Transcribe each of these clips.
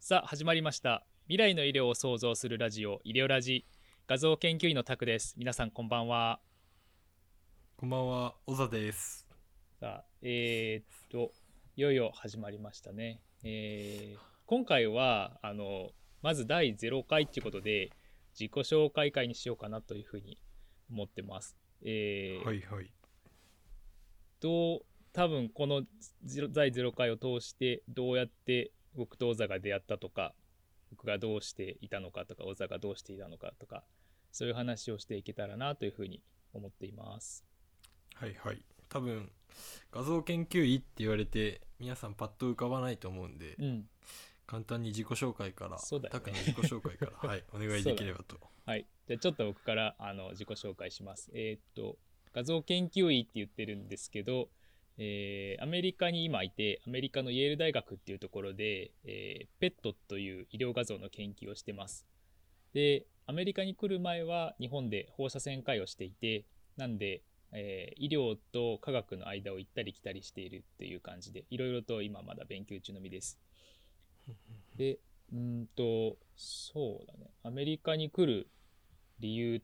さあ始まりました未来の医療を創造するラジオ医療ラジ画像研究員のタクです皆さんこんばんはこんばんは、小田です。さあえーっといよいよ始まりましたね、えー今回はあのまず第0回ということで自己紹介会にしようかなというふうに思ってます、えーはいはい。どう多分このゼロ第0回を通してどうやって僕と小座が出会ったとか僕がどうしていたのかとか小座がどうしていたのかとかそういう話をしていけたらなというふうに思っています。はいはい。多分、画像研究医って言われて、皆さんパッと浮かばないと思うんで、うん、簡単に自己紹介から、そうだよねタクの自己紹介から、 はい、お願いできればと。はいじゃあちょっと僕からあの自己紹介します。えーっと画像研究医って言ってるんですけど、えーアメリカに今いてアメリカのイェール大学っていうところで、えーペットという医療画像の研究をしてますでアメリカに来る前は日本で放射線科医をしていてなんで、えー医療と科学の間を行ったり来たりしているっていう感じでいろいろと今まだ勉強中の身ですでうーんとそうだねアメリカに来る理由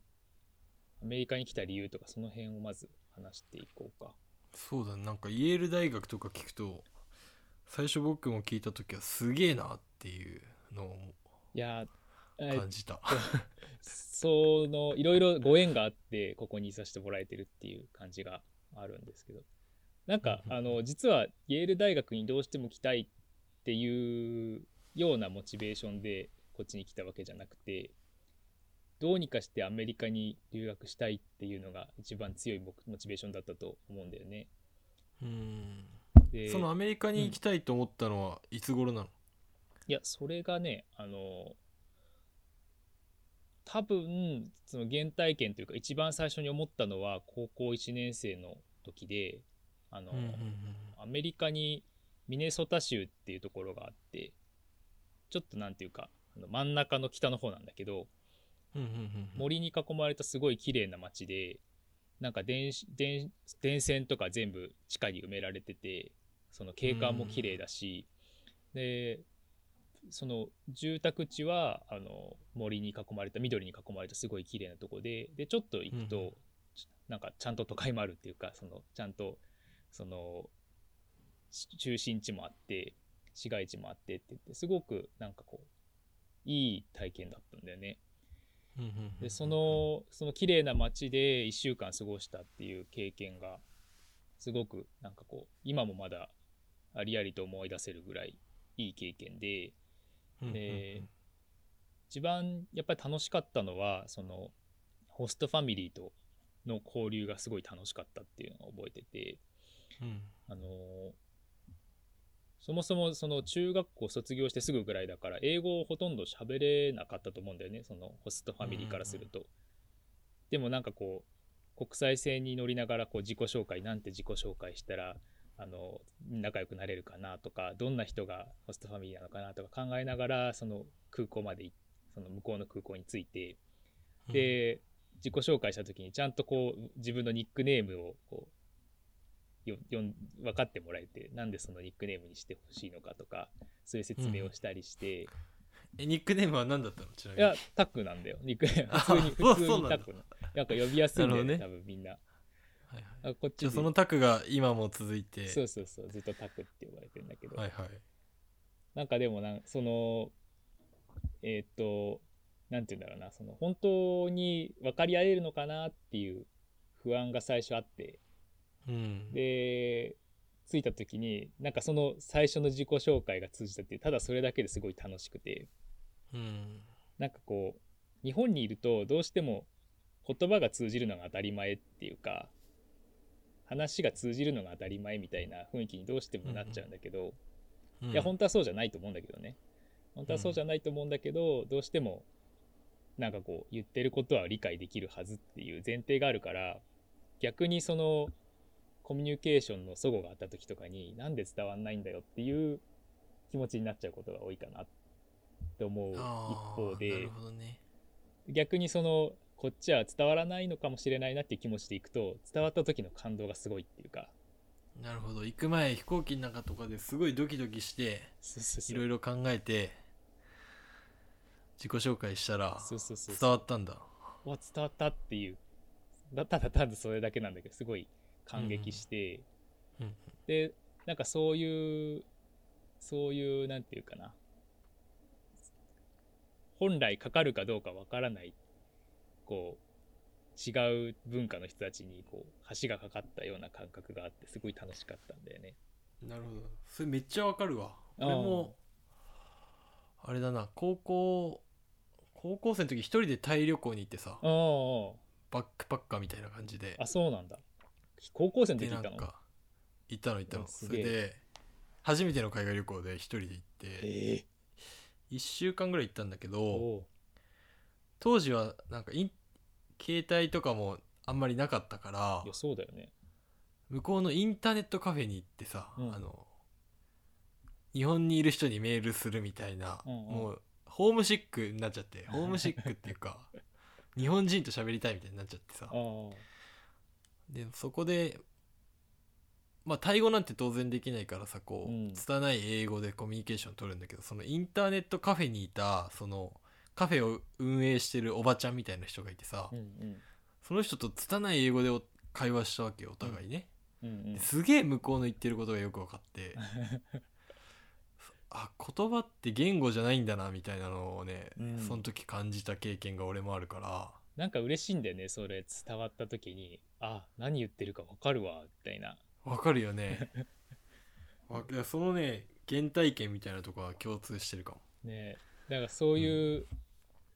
アメリカに来た理由とかその辺をまず話していこうかそうだね、なんかイェール大学とか聞くと、最初僕も聞いた時はすげえなっていうのをいやーえー感じた。そのいろいろご縁があってここにいさせてもらえてるっていう感じがあるんですけどなんかうんうんあの実はイェール大学にどうしても来たいっていうようなモチベーションでこっちに来たわけじゃなくてどうにかしてアメリカに留学したいっていうのが一番強いモモチベーションだったと思うんだよね。うん。でそのアメリカに行きたいと思ったのは、いつ頃なのいや、それがね、あの、多分、その原体験というか、一番最初に思ったのは、高校1年生の時で、あの、うんうんアメリカにミネソタ州っていうところがあって、ちょっとなんていうか、あの真ん中の北の方なんだけど、うん。うんうんうんうん。森に囲まれたすごい綺麗な街でなんか電子電電線とか全部地下に埋められててその景観も綺麗だし、でその住宅地はあの森に囲まれた緑に囲まれたすごい綺麗なとこででちょっと行くと、うんうんちなんかちゃんと都会もあるっていうかそのちゃんとそのし中心地もあって市街地もあってって言ってすごくなんかこういい体験だったんだよね。うんうんうんうんでそ、のその綺麗な街で1週間過ごしたっていう経験がすごくなんかこう今もまだありありと思い出せるぐらいいい経験でうんうんうんえ一番やっぱり楽しかったのはそのホストファミリーとの交流がすごい楽しかったっていうのを覚えててうんあのーそもそもその中学校卒業してすぐぐらいだから英語をほとんど喋れなかったと思うんだよねそのホストファミリーからすると。でもなんかこう国際線に乗りながらこう自己紹介なんて自己紹介したらあの仲良くなれるかなとかどんな人がホストファミリーなのかなとか考えながらその空港までいその向こうの空港に着いてうん、で自己紹介した時にちゃんとこう自分のニックネームをこうよよん分かってもらえてなんでそのニックネームにしてほしいのかとかそういう説明をしたりして、えニックネームは何だったのちなみいにやタックなん だよニックネームあ普通に普そう通にそうなんタだックななんか呼びやすいんだよねな多分みんなはいはいあこっちじゃであそのタクが今も続いてそうそうそうずっとタックって呼ばれてるんだけど、はいはいなんかでもなんそのえーっとなんて言うんだろうなその本当に分かり合えるのかなっていう不安が最初あってうんで着いた時になんかその最初の自己紹介が通じたっていうただそれだけですごい楽しくてうんなんかこう日本にいるとどうしても言葉が通じるのが当たり前っていうか話が通じるのが当たり前みたいな雰囲気にどうしてもなっちゃうんだけど、うんいや本当はそうじゃないと思うんだけどね本当はそうじゃないと思うんだけど、どうしてもなんかこう言ってることは理解できるはずっていう前提があるから逆にそのコミュニケーションの齟齬があった時とかになんで伝わんないんだよっていう気持ちになっちゃうことが多いかなって思う一あー方で。なるほどね逆にそのこっちは伝わらないのかもしれないなっていう気持ちでいくと伝わった時の感動がすごいっていうかなるほど行く前飛行機の中とかですごいドキドキしてそうそうそういろいろ考えて自己紹介したらそうそうそうそう伝わったんだわ伝わったっていうだ ただただそれだけなんだけどすごい感激して、うんうんでなんかそういうそういうなんていうかな本来かかるかどうかわからないこう違う文化の人たちにこう橋がかかったような感覚があってすごい楽しかったんだよね。なるほどそれめっちゃわかるわあー俺もあれだな高校高校生の時一人でタイ旅行に行ってさああバックパッカーみたいな感じであそうなんだ。高校生ので時行なったの。んか行ったの行ったうのんすそげえれで初めての海外旅行で一人で行ってええ1週間ぐらい行ったんだけどおう当時はなんかイン携帯とかもあんまりなかったからいやそうだよね。向こうのインターネットカフェに行ってさ、うんあの日本にいる人にメールするみたいな、うんうんもうホームシックになっちゃってホームシックっていう か日本人と喋りたいみたいになっちゃってさああでそこでまあタイ語なんて当然できないからさこう、うん拙い英語でコミュニケーション取るんだけどそのインターネットカフェにいたそのカフェを運営してるおばちゃんみたいな人がいてさ、うんうんその人と拙い英語でお会話したわけよお互いね、うんうん。すげえ向こうの言ってることがよく分かって あ言葉って言語じゃないんだなみたいなのをね、うんその時感じた経験が俺もあるからなんか嬉しいんだよねそれ伝わった時にあ何言ってるか分かるわみたいなわかるよね わいやそのね原体験みたいなとこは共通してるかもねだからそういう、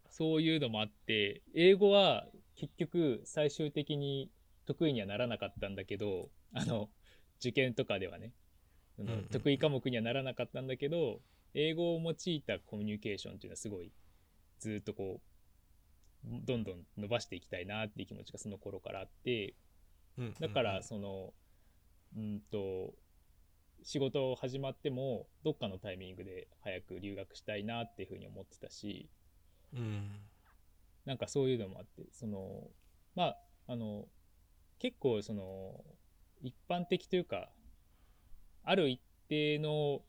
そういうのもあって英語は結局最終的に得意にはならなかったんだけどあの受験とかではね、あのうんうん得意科目にはならなかったんだけど英語を用いたコミュニケーションっていうのはすごいずっとこうどんどん伸ばしていきたいなっていう気持ちがその頃からあってうんうんだからそのうんと仕事を始まってもどっかのタイミングで早く留学したいなっていうふうに思ってたしうんなんかそういうのもあってそのまああの結構その一般的というかある一定の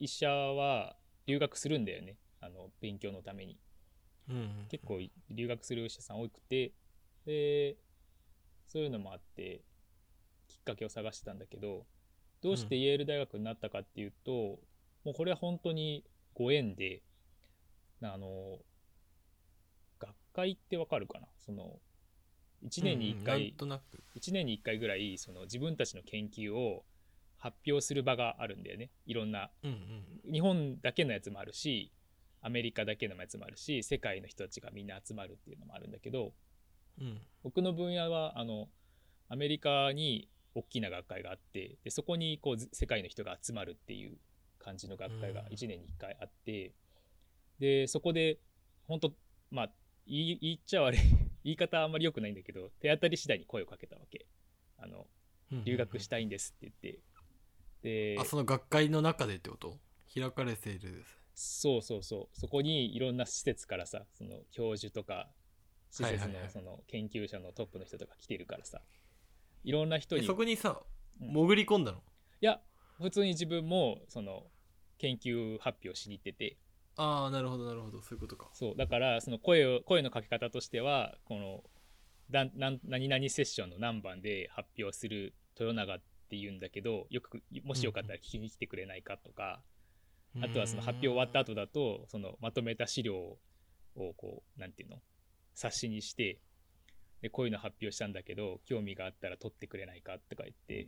医者は留学するんだよねあの勉強のために。うんうん結構い留学するお医者さん多くてでそういうのもあってきっかけを探してたんだけどどうしてうんイェール大学になったかっていうと、もうこれは本当にご縁であの学会ってわかるかなその1年に1うんうん回、なんとなく1年に1回ぐらいその自分たちの研究を発表する場があるんだよねいろんなうん日本だけのやつもあるしアメリカだけのやつもあるし世界の人たちがみんな集まるっていうのもあるんだけどうんうん僕の分野はあのアメリカに大きな学会があってでそこにこうず世界の人が集まるっていう感じの学会がうん1年に1回あって、でそこで本当まあ言い言っちゃ悪い 言い方あんまり良くないんだけど手当たり次第に声をかけたわけあのうんうん留学したいんですって言って、であその学会の中でってこと開かれているそうそうそうそこにいろんな施設からさその教授とか施設はいのはいはいその研究者のトップの人とか来てるからさいろんな人えにいそこにさうん潜り込んだの、や普通に自分もその研究発表しに行っててああなるほどなるほどそういうことかそうだからその声を声のかけ方としてはこのだなん何々セッションの何番で発表する豊永っていうんだけどよくもしよかったら聞きに来てくれないかとか、あとはその発表終わった後だとそのまとめた資料をこうなんていうの冊子にしてでこういうの発表したんだけど興味があったら取ってくれないかとか言って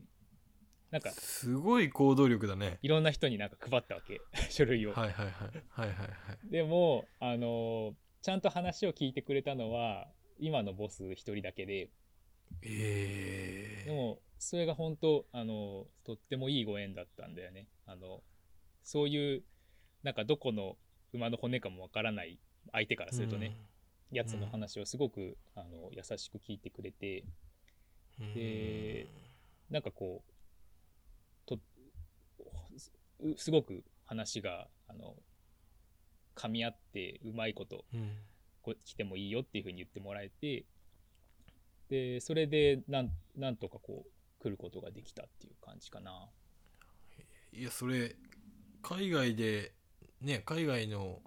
なんかすごい行動力だねいろんな人になんか配ったわけ 書類を。はいはいはいはいはいはいでもあのーちゃんと話を聞いてくれたのは今のボス一人だけででええもそれが本当あのとってもいいご縁だったんだよねあのそういうなんかどこの馬の骨かもわからない相手からするとね、やつの話をすごく、あの優しく聞いてくれてうんでなんかこうとうすごく話があの噛み合ってうまいことうんこ来てもいいよっていうふうに言ってもらえてでそれでなんなんとかこう来ることができたっていう感じかな。いやそれ海外でね海外の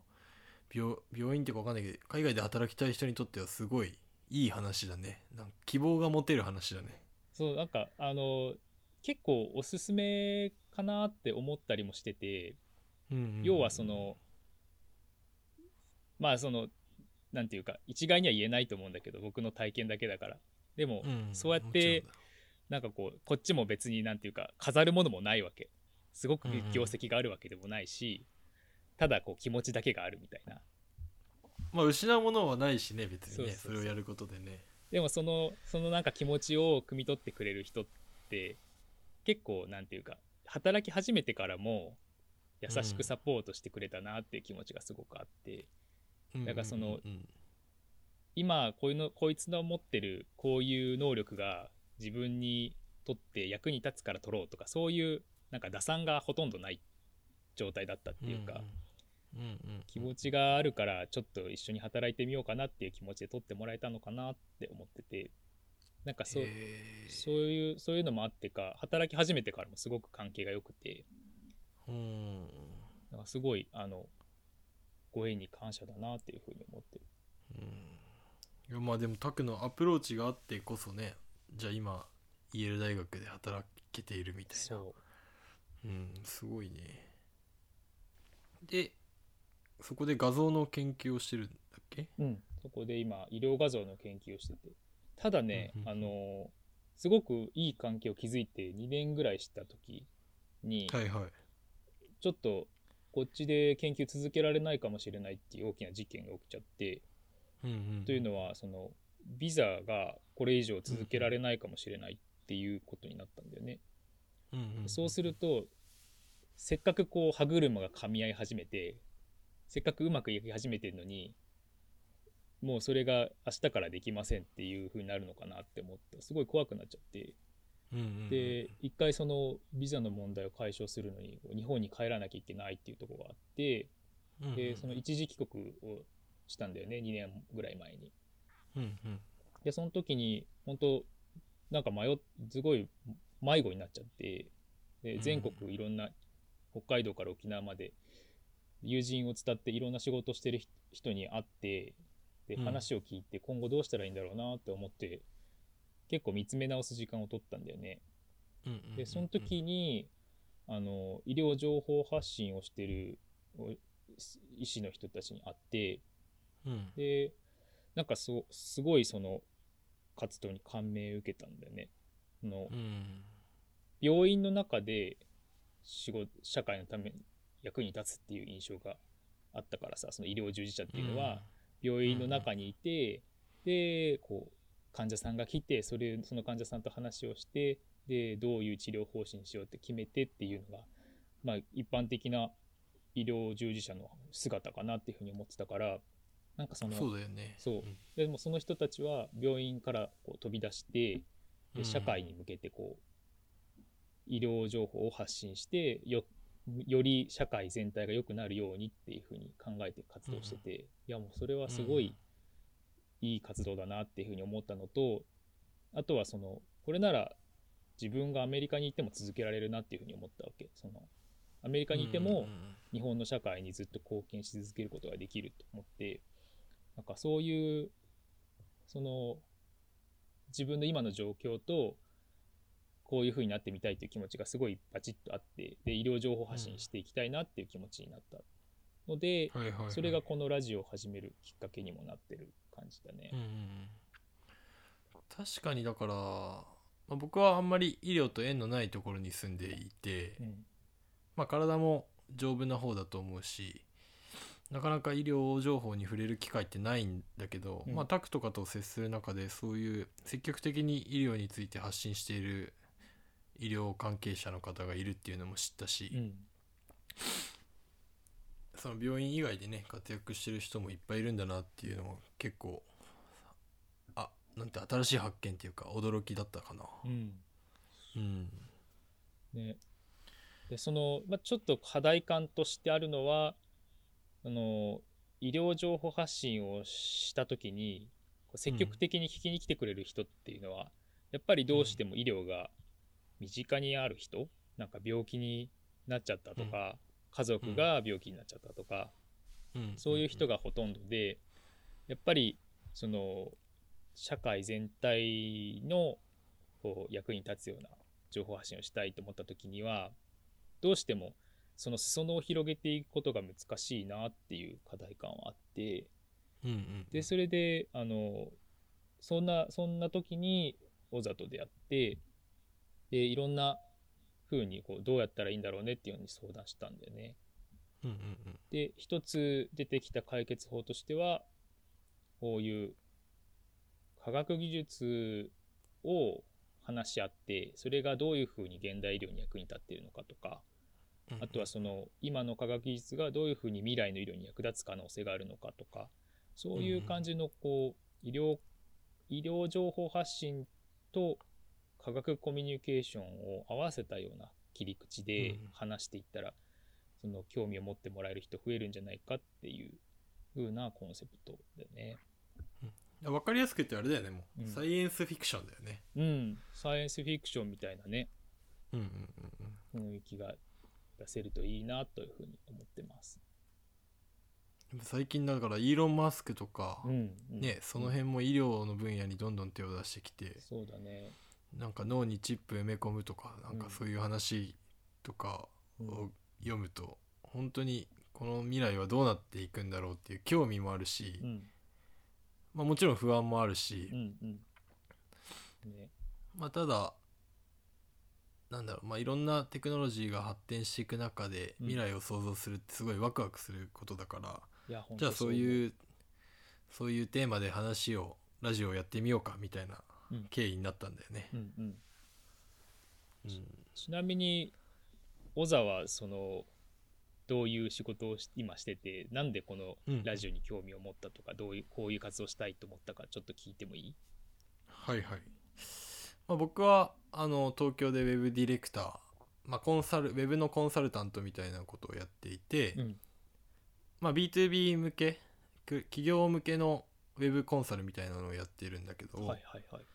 病病院っていうか分かんないけど海外で働きたい人にとってはすごいいい話だねなんか希望が持てる話だねそうなんかあの結構おすすめかなって思ったりもしててうんうんうん要はそのまあそのなんていうか一概には言えないと思うんだけど僕の体験だけだからでもんそうやってなんかこうこっちも別になんていうか飾るものもないわけすごくうんうん業績があるわけでもないし、ただこう気持ちだけがあるみたいなまあ失うものはないしね別にねそそそううそうれをやることでねでもそのそのなんか気持ちを汲み取ってくれる人って結構なんていうか働き始めてからも優しくサポートしてくれたなっていう気持ちがすごくあって、だからそのうんうんうん今こういうのこいつの持ってるこういう能力が自分にとって役に立つから取ろうとかそういうなんか打算がほとんどない状態だったっていうか、うんうんうんうん気持ちがあるからちょっと一緒に働いてみようかなっていう気持ちで取ってもらえたのかなって思っててなんかそうへーそういうそういうのもあってか働き始めてからもすごく関係が良くてうんなんかすごいあのご縁に感謝だなっていうふうに思ってる。うんいやまあでもタクのアプローチがあってこそねじゃあ今イェール大学で働けているみたいなそううんすごいねでそこで画像の研究をしてるんだっけうん、そこで今医療画像の研究をしててただね、うんうんうんあのすごくいい関係を築いて2年ぐらいした時に、はいはいちょっとこっちで研究続けられないかもしれないっていう大きな事件が起きちゃって、うんうんというのはそのビザがこれ以上続けられないかもしれないっていうことになったんだよね。うんうんそうするとせっかくこう歯車が噛み合い始めてせっかくうまくいき始めてるのにもうそれが明日からできませんっていう風になるのかなって思ってすごい怖くなっちゃってうんうんうんで一回そのビザの問題を解消するのに日本に帰らなきゃいけないっていうところがあってうんうんでその一時帰国をしたんだよね2年ぐらい前に。うんうんでその時に本当なんか迷っすごい迷子になっちゃってでうん全国いろんな北海道から沖縄まで友人を伝っていろんな仕事をしてる人人に会ってでうん話を聞いて今後どうしたらいいんだろうなって思って結構見つめ直す時間を取ったんだよね。うんうんうんでその時にあの医療情報発信をしてるお医師の人たちに会ってうんでなんかそうすごいその活動に感銘を受けたんだよねそのうん病院の中で仕事社会のために役に立つっていう印象があったからさその医療従事者っていうのは病院の中にいて、でこう患者さんが来てそれその患者さんと話をしてでどういう治療方針にしようって決めてっていうのが、まあ、一般的な医療従事者の姿かなっていうふうに思ってたからなんかそうんのそうだよねそうでもその人たちは病院からこう飛び出してうんで社会に向けてこう医療情報を発信してよより社会全体が良くなるようにっていうふうに考えて活動してて、いやもうそれはすごいいい活動だなっていうふうに思ったのとあとはそのこれなら自分がアメリカにいても続けられるなっていうふうに思ったわけそのアメリカにいても、日本の社会にずっと貢献し続けることができると思ってなんかそういうその自分の今の状況とこういう風になってみたいという気持ちがすごいバチッとあってで医療情報発信していきたいなっていう気持ちになったので、はいはいはいそれがこのラジオを始めるきっかけにもなってる感じだねうん。うんうん確かにだから、まあ、僕はあんまり医療と縁のないところに住んでいて、うんまあ、体も丈夫な方だと思うしなかなか医療情報に触れる機会ってないんだけど、うんまあ、タクとかと接する中でそういう積極的に医療について発信している医療関係者の方がいるっていうのも知ったし、うんその病院以外でね活躍してる人もいっぱいいるんだなっていうのも結構あなんて新しい発見っていうか驚きだったかなうんうんね、でその、まあ、ちょっと課題感としてあるのはあの医療情報発信をした時にこう積極的に聞きに来てくれる人っていうのは、やっぱりどうしても医療が身近にある人、なんか病気になっちゃったとか、家族が病気になっちゃったとか、うんそういう人がほとんどでやっぱりその社会全体のこう役に立つような情報発信をしたいと思った時にはどうしてもその裾野を広げていくことが難しいなっていう課題感はあってうんうんでそれであのそんなそんな時に小里でやってでいろんな風にこうどうやったらいいんだろうねっていうのに相談したんだよね。うんうんうんで一つ出てきた解決法としてはこういう科学技術を話し合ってそれがどういうふうに現代医療に役に立っているのかとかうんあとはその今の科学技術がどういうふうに未来の医療に役立つ可能性があるのかとかそういう感じのこう医療医療情報発信と科学コミュニケーションを合わせたような切り口でうん話していったら、その興味を持ってもらえる人増えるんじゃないかっていう風なコンセプトだよね。あわかりやすく言ってあれだよねもう、うんサイエンスフィクションだよねうん、サイエンスフィクションみたいなねうんうんうんうん雰囲気が出せるといいなというふうに思ってます。でも最近だからイーロン・マスクとか、うん、うんねその辺も医療の分野にどんどん手を出してきてそうだね。なんか脳にチップ埋め込むとかなんかそういう話とかうんを読むと本当にこの未来はどうなっていくんだろうっていう興味もあるし、うんまあ、もちろん不安もあるし、うんうん。ね。まあ、ただなんだろう、まあ、いろんなテクノロジーが発展していく中でうん未来を想像するってすごいワクワクすることだから、いや、本。じゃあそういううそういうテーマで話をラジオやってみようかみたいなうん経緯になったんだよねう。んうん。うんちなみに、小沢は、その、どういう仕事をし今してて、なんでこのうんラジオに興味を持ったとか、どういう、こういう活動したいと思ったか、ちょっと聞いてもいいはいはい、まあ、僕はあの東京でウェブディレクター、まあ、コンサルウェブのコンサルタントみたいなことをやっていて、ん。まあ、B2B 向けく企業向けのウェブコンサルみたいなのをやっているんだけど、はいはいはい。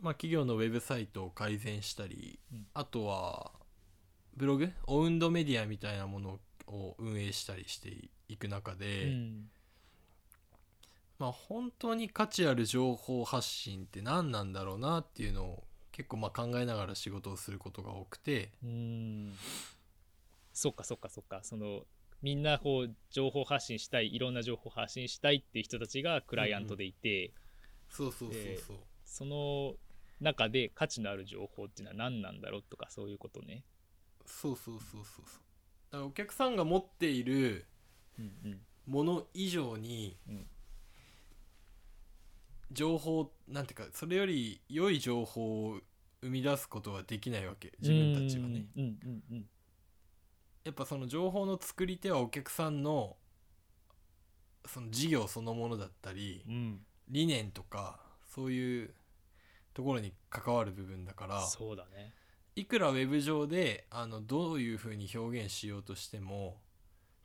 まあ、企業のウェブサイトを改善したり、うんあとはブログオウンドメディアみたいなものを運営したりしていく中で、うん。まあ、本当に価値ある情報発信って何なんだろうなっていうのを結構まあ考えながら仕事をすることが多くて、うん。そっかそっかそっか。その、みんなこう情報発信したいいろんな情報発信したいっていう人たちがクライアントでいて、そうそう、そうそうその中で価値のある情報っていうのは何なんだろうとかそういうことね。そうそうそうそうそうだからお客さんが持っているうんうんもの以上にうん情報なんていうかそれより良い情報を生み出すことはできないわけ自分たちはね。うんうんうんやっぱその情報の作り手はお客さんのその事業そのものだったりうんうん理念とかそういうところに関わる部分だからそうだね。いくらウェブ上であのどういうふうに表現しようとしても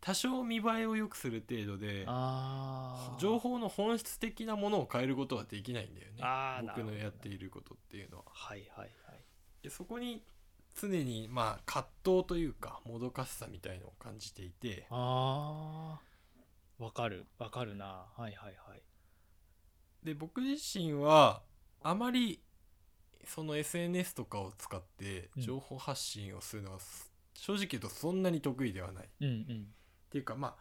多少見栄えを良くする程度であ情報の本質的なものを変えることはできないんだよあーねな僕るほのどやっていることっていうのは。はいはいはい。でそこに常にまあ葛藤というかもどかしさみたいのを感じていてああわかるわかるな。はいはいはい。で僕自身はあまりその SNS とかを使ってうん情報発信をするのはす正直言うとそんなに得意ではないっうんうんていうかま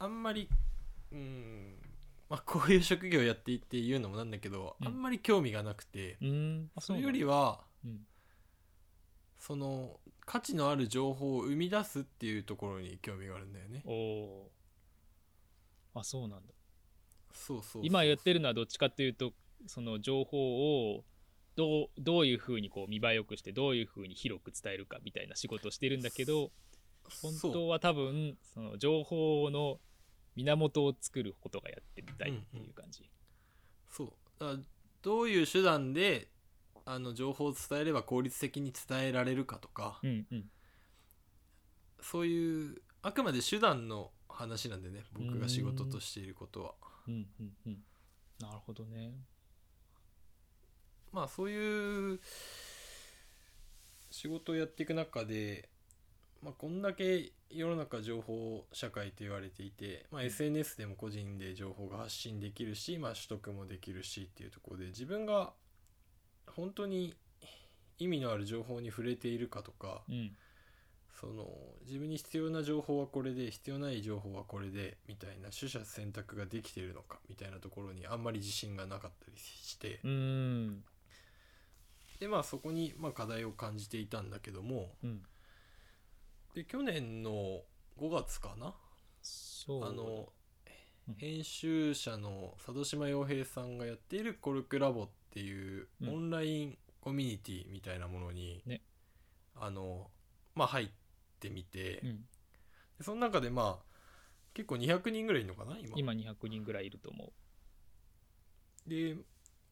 ああんまりうんまあこういう職業をやっていって言うのもなんだけどうんあんまり興味がなくてうーん。あそれよりは、はうん、その価値のある情報を生み出すっていうところに興味があるんだよねおおー。あそうなんだ。そうそうそう今やってるのはどっちかというとその情報をどうどういうふうにこう見栄えよくしてどういうふうに広く伝えるかみたいな仕事をしてるんだけど本そう当は多分その情報の源を作ることがやってみたいっていう感じ。そうだからどういう手段であの情報を伝えれば効率的に伝えられるかとか、うんうんそういうあくまで手段の話なんでね僕が仕事うんとしていることはうんうんうん。なるほどね。まあそういう仕事をやっていく中でまあ、こんだけ世の中情報社会と言われていて、まあ、SNS でも個人で情報が発信できるし、まあ、取得もできるしっていうところで自分が本当に意味のある情報に触れているかとかうんその自分に必要な情報はこれで必要ない情報はこれでみたいな取捨選択ができているのかみたいなところにあんまり自信がなかったりしてうーんでまあそこにまあ課題を感じていたんだけどもうんで去年の5月かなそうだあのうん編集者の佐渡島洋平さんがやっているコルクラボっていううんオンラインコミュニティみたいなものに、ねあのまあ入ってみて、うでんその中でまあ結構200人ぐらいいるのかな今今200人ぐらいいると思で、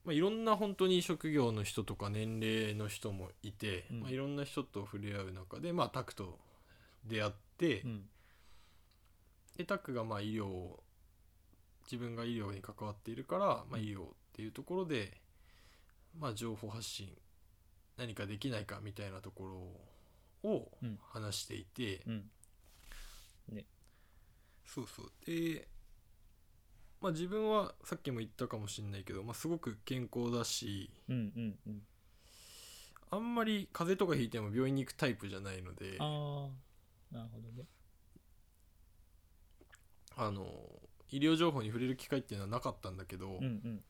まあ、いろんな本当に職業の人とか年齢の人もいて、うんまあ、いろんな人と触れ合う中で、まあ、タクと出会って、う、うんでタックがまあ医療を自分が医療に関わっているから、まあ、医療っていうところで、まあ、情報発信何かできないかみたいなところをうん話していて、うんそうそうで、まあ、自分はさっきも言ったかもしれないけど、まあ、すごく健康だしうんうんうんあんまり風邪とかひいても病院に行くタイプじゃないのでああなるほどねあの医療情報に触れる機会っていうのはなかったんだけど、うんうん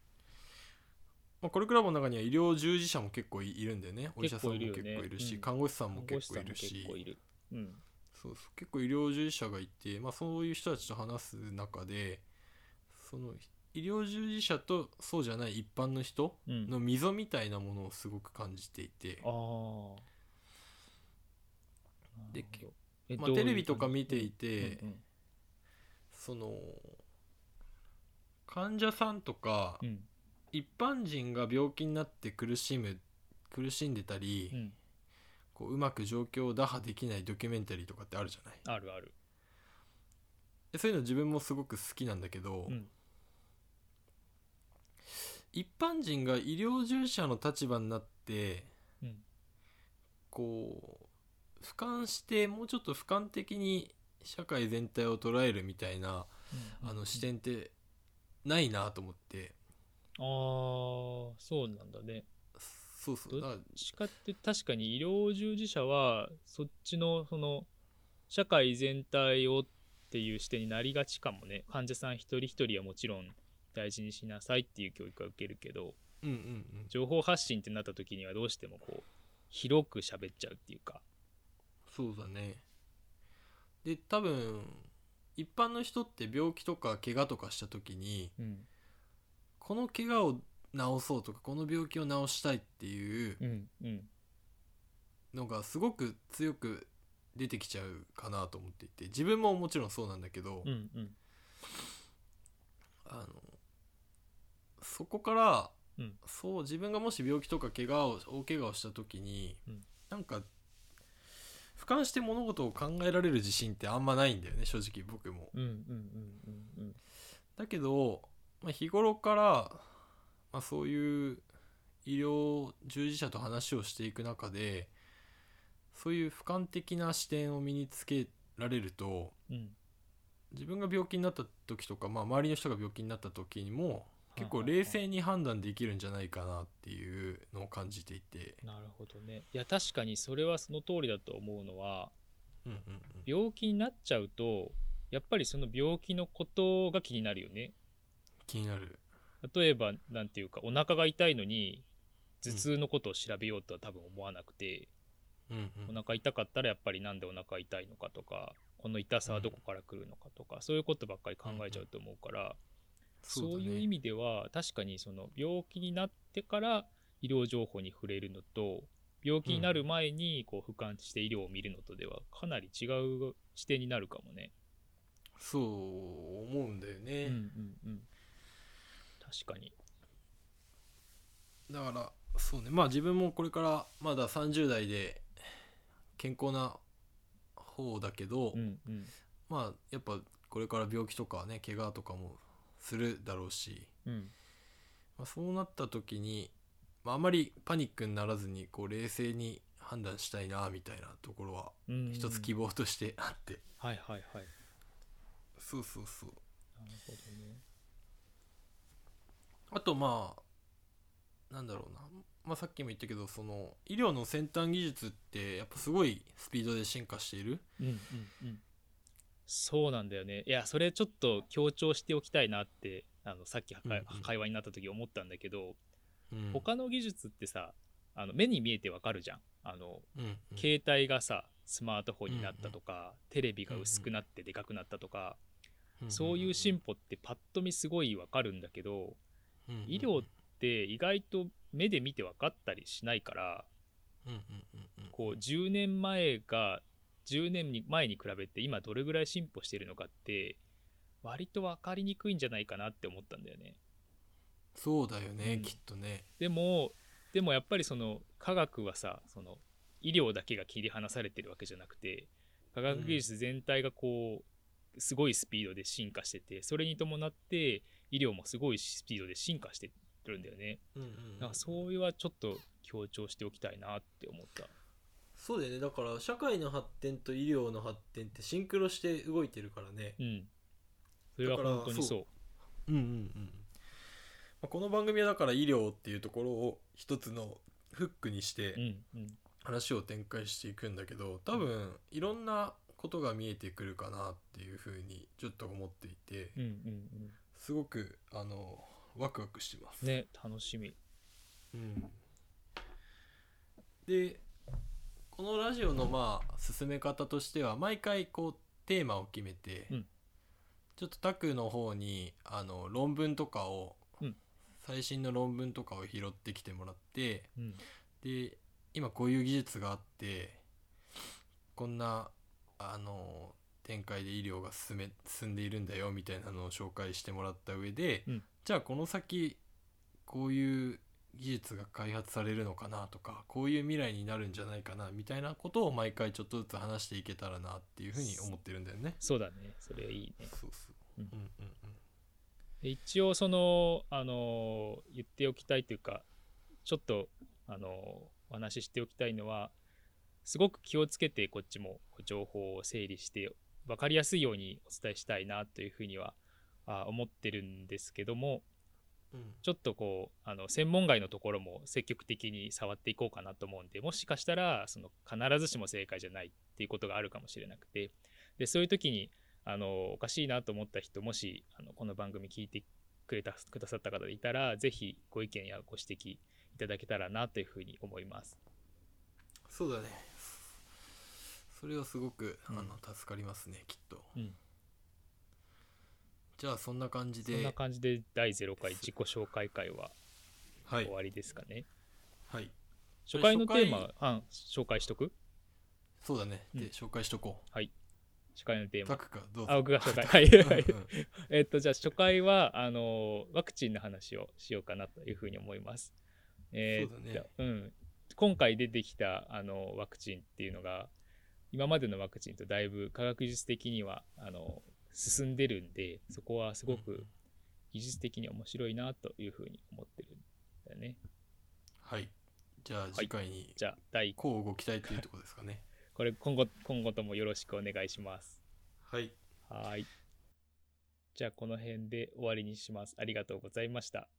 まあ、コルクラボの中には医療従事者も結構いるんだよねお医者さんも結構結構いいるるよしねうん看護師さんも看護師さ結構いんもるし結構いるうんそうそう結構医療従事者がいて、まあ、そういう人たちと話す中でその医療従事者とそうじゃない一般の人うんの溝みたいなものをすごく感じていて、ああ。でえまあ、どういうテレビとか見ていうんて、うんその患者さんとかうん一般人が病気になって苦しむ苦しんでたり、うんこううまく状況を打破できないドキュメンタリーとかってあるじゃないあるある。でそういうの自分もすごく好きなんだけど、うん一般人が医療従事者の立場になってうんこう俯瞰してもうちょっと俯瞰的に社会全体を捉えるみたいなうんあの視点ってないなと思ってああそうなんだね。そうそうだからしかって確かに医療従事者はそっちのその社会全体をっていう視点になりがちかもね患者さん一人一人はもちろん大事にしなさいっていう教育は受けるけどうんうんうん情報発信ってなった時にはどうしてもこう広く喋っちゃうっていうか。そうだねで多分一般の人って病気とか怪我とかした時にうんこの怪我を治そうとかこの病気を治したいっていううんうんのがすごく強く出てきちゃうかなと思っていて自分ももちろんそうなんだけど、うんうんあのそこから、うんそう自分がもし病気とか怪我を大怪我をした時に、うんなんか俯瞰して物事を考えられる自信ってあんまないんだよね正直僕も。うんうんうんうんうんだけど、まあ、日頃から、まあ、そういう医療従事者と話をしていく中でそういう俯瞰的な視点を身につけられるとうん自分が病気になった時とか、まあ、周りの人が病気になった時にも結構冷静に判断できるんじゃないかなっていうのを感じていて。なるほどねいや確かにそれはその通りだと思うのはうんうんうん病気になっちゃうとやっぱりその病気のことが気になるよね気になる。例えばなんていうかお腹が痛いのに頭痛のことを調べようとは多分思わなくて、うんうん、お腹痛かったらやっぱりなんでお腹痛いのかとかこの痛さはどこから来るのかとか、そういうことばっかり考えちゃうと思うから、そういう意味味では確かにその病気になってから医療情報に触れるのと病気になる前にこう俯瞰して医療を見るのとではかなり違う視点になるかもね。そう思うんだよね。うんうんうん、確かに。だからそうねまあ自分もこれからまだ30代で健康な方だけど、うんうんまあやっぱこれから病気とかね怪我とかもするだろうし、うんまあ、そうなった時に、まあ、あまりパニックにならずにこう冷静に判断したいなみたいなところはうん一つ希望として あって、はいはいはいそうそうそうなるほどねあとまあなんだろうな、まあ、さっきも言ったけどその医療の先端技術ってやっぱすごいスピードで進化しているうんうんうんそうなんだよねいやそれちょっと強調しておきたいなってあのさっき会,、うんうん会話になった時思ったんだけど、うん他の技術ってさあの目に見えてわかるじゃんあのうんうん携帯がさスマートフォンになったとか、テレビが薄くなってでかくなったとか、そういう進歩ってパッと見すごいわかるんだけどうんうんうん医療で意外と目で見てわかったりしないからうんうんうんうんこう10年前が10年に前に比べて今どれぐらい進歩してるのかって割と分かりにくいんじゃないかなって思ったんだよね。そうだよね、うんきっとねでもでもやっぱりその科学はさその医療だけが切り離されてるわけじゃなくて科学技術全体がこうすごいスピードで進化しててそれに伴って医療もすごいスピードで進化してるんだよね。うんうんなんかそれはちょっと強調しておきたいなって思った。そうだよねだから社会の発展と医療の発展ってシンクロして動いてるからねうん。それは本当にそう。うんうんうんまあこの番組はだから医療っていうところを一つのフックにしてうんうん話を展開していくんだけど多分いろんなことが見えてくるかなっていうふうにちょっと思っていてうんうんすごくあのワクワクしてますうん、ね楽しみうんでこのラジオのまあ進め方としては毎回こうテーマを決めて、うんちょっとタクの方にあの論文とかを、うん最新の論文とかを拾ってきてもらってうんで今こういう技術があってこんなあの展開で医療が進め進んでいるんだよみたいなのを紹介してもらった上で、うんじゃあこの先こういう技術が開発されるのかなとかこういう未来になるんじゃないかなみたいなことを毎回ちょっとずつ話していけたらなっていうふうに思ってるんだよね。そうだねそれいいねそうそううんうんうんで一応そのあのー言っておきたいというかちょっとあのーお話ししておきたいのはすごく気をつけてこっちも情報を整理して分かりやすいようにお伝えしたいなというふうにはあ思ってるんですけどもうんうんちょっとこうあの専門外のところも積極的に触っていこうかなと思うんでもしかしたらその必ずしも正解じゃないっていうことがあるかもしれなくてでそういう時にあのおかしいなと思った人もしあのこの番組聞いてくれたくださった方がいたらぜひご意見やご指摘いただけたらなというふうに思います。そうだねそれはすごく、うんあの助かりますねきっと、うんじゃあそんな感じそんなで感じで第0回自己紹介会はは終い、わりですかね。はい、初回のこれテ初ー回マあ紹介しとくそうだね、うんで紹介しとこ初回のテうーマタ。クかどうぞあ、僕が 紹介。はういんはい。 うんえっと、じゃあ初回はあのワクチンの話をしようかなというふうに思います。えーそうだねうん、今回出てきたあのワクチンっていうのが今までのワクチンとだいぶ科学技術的にはあの進んでるんでそこはすごうんうくん技術的に面白いなというふうに思ってるんだよね。はいじゃあ次回にじゃあ第こう動きたいというところですかねこれ今後今後ともよろしくお願いします。はいはーい。じゃあこの辺で終わりにします。ありがとうございました。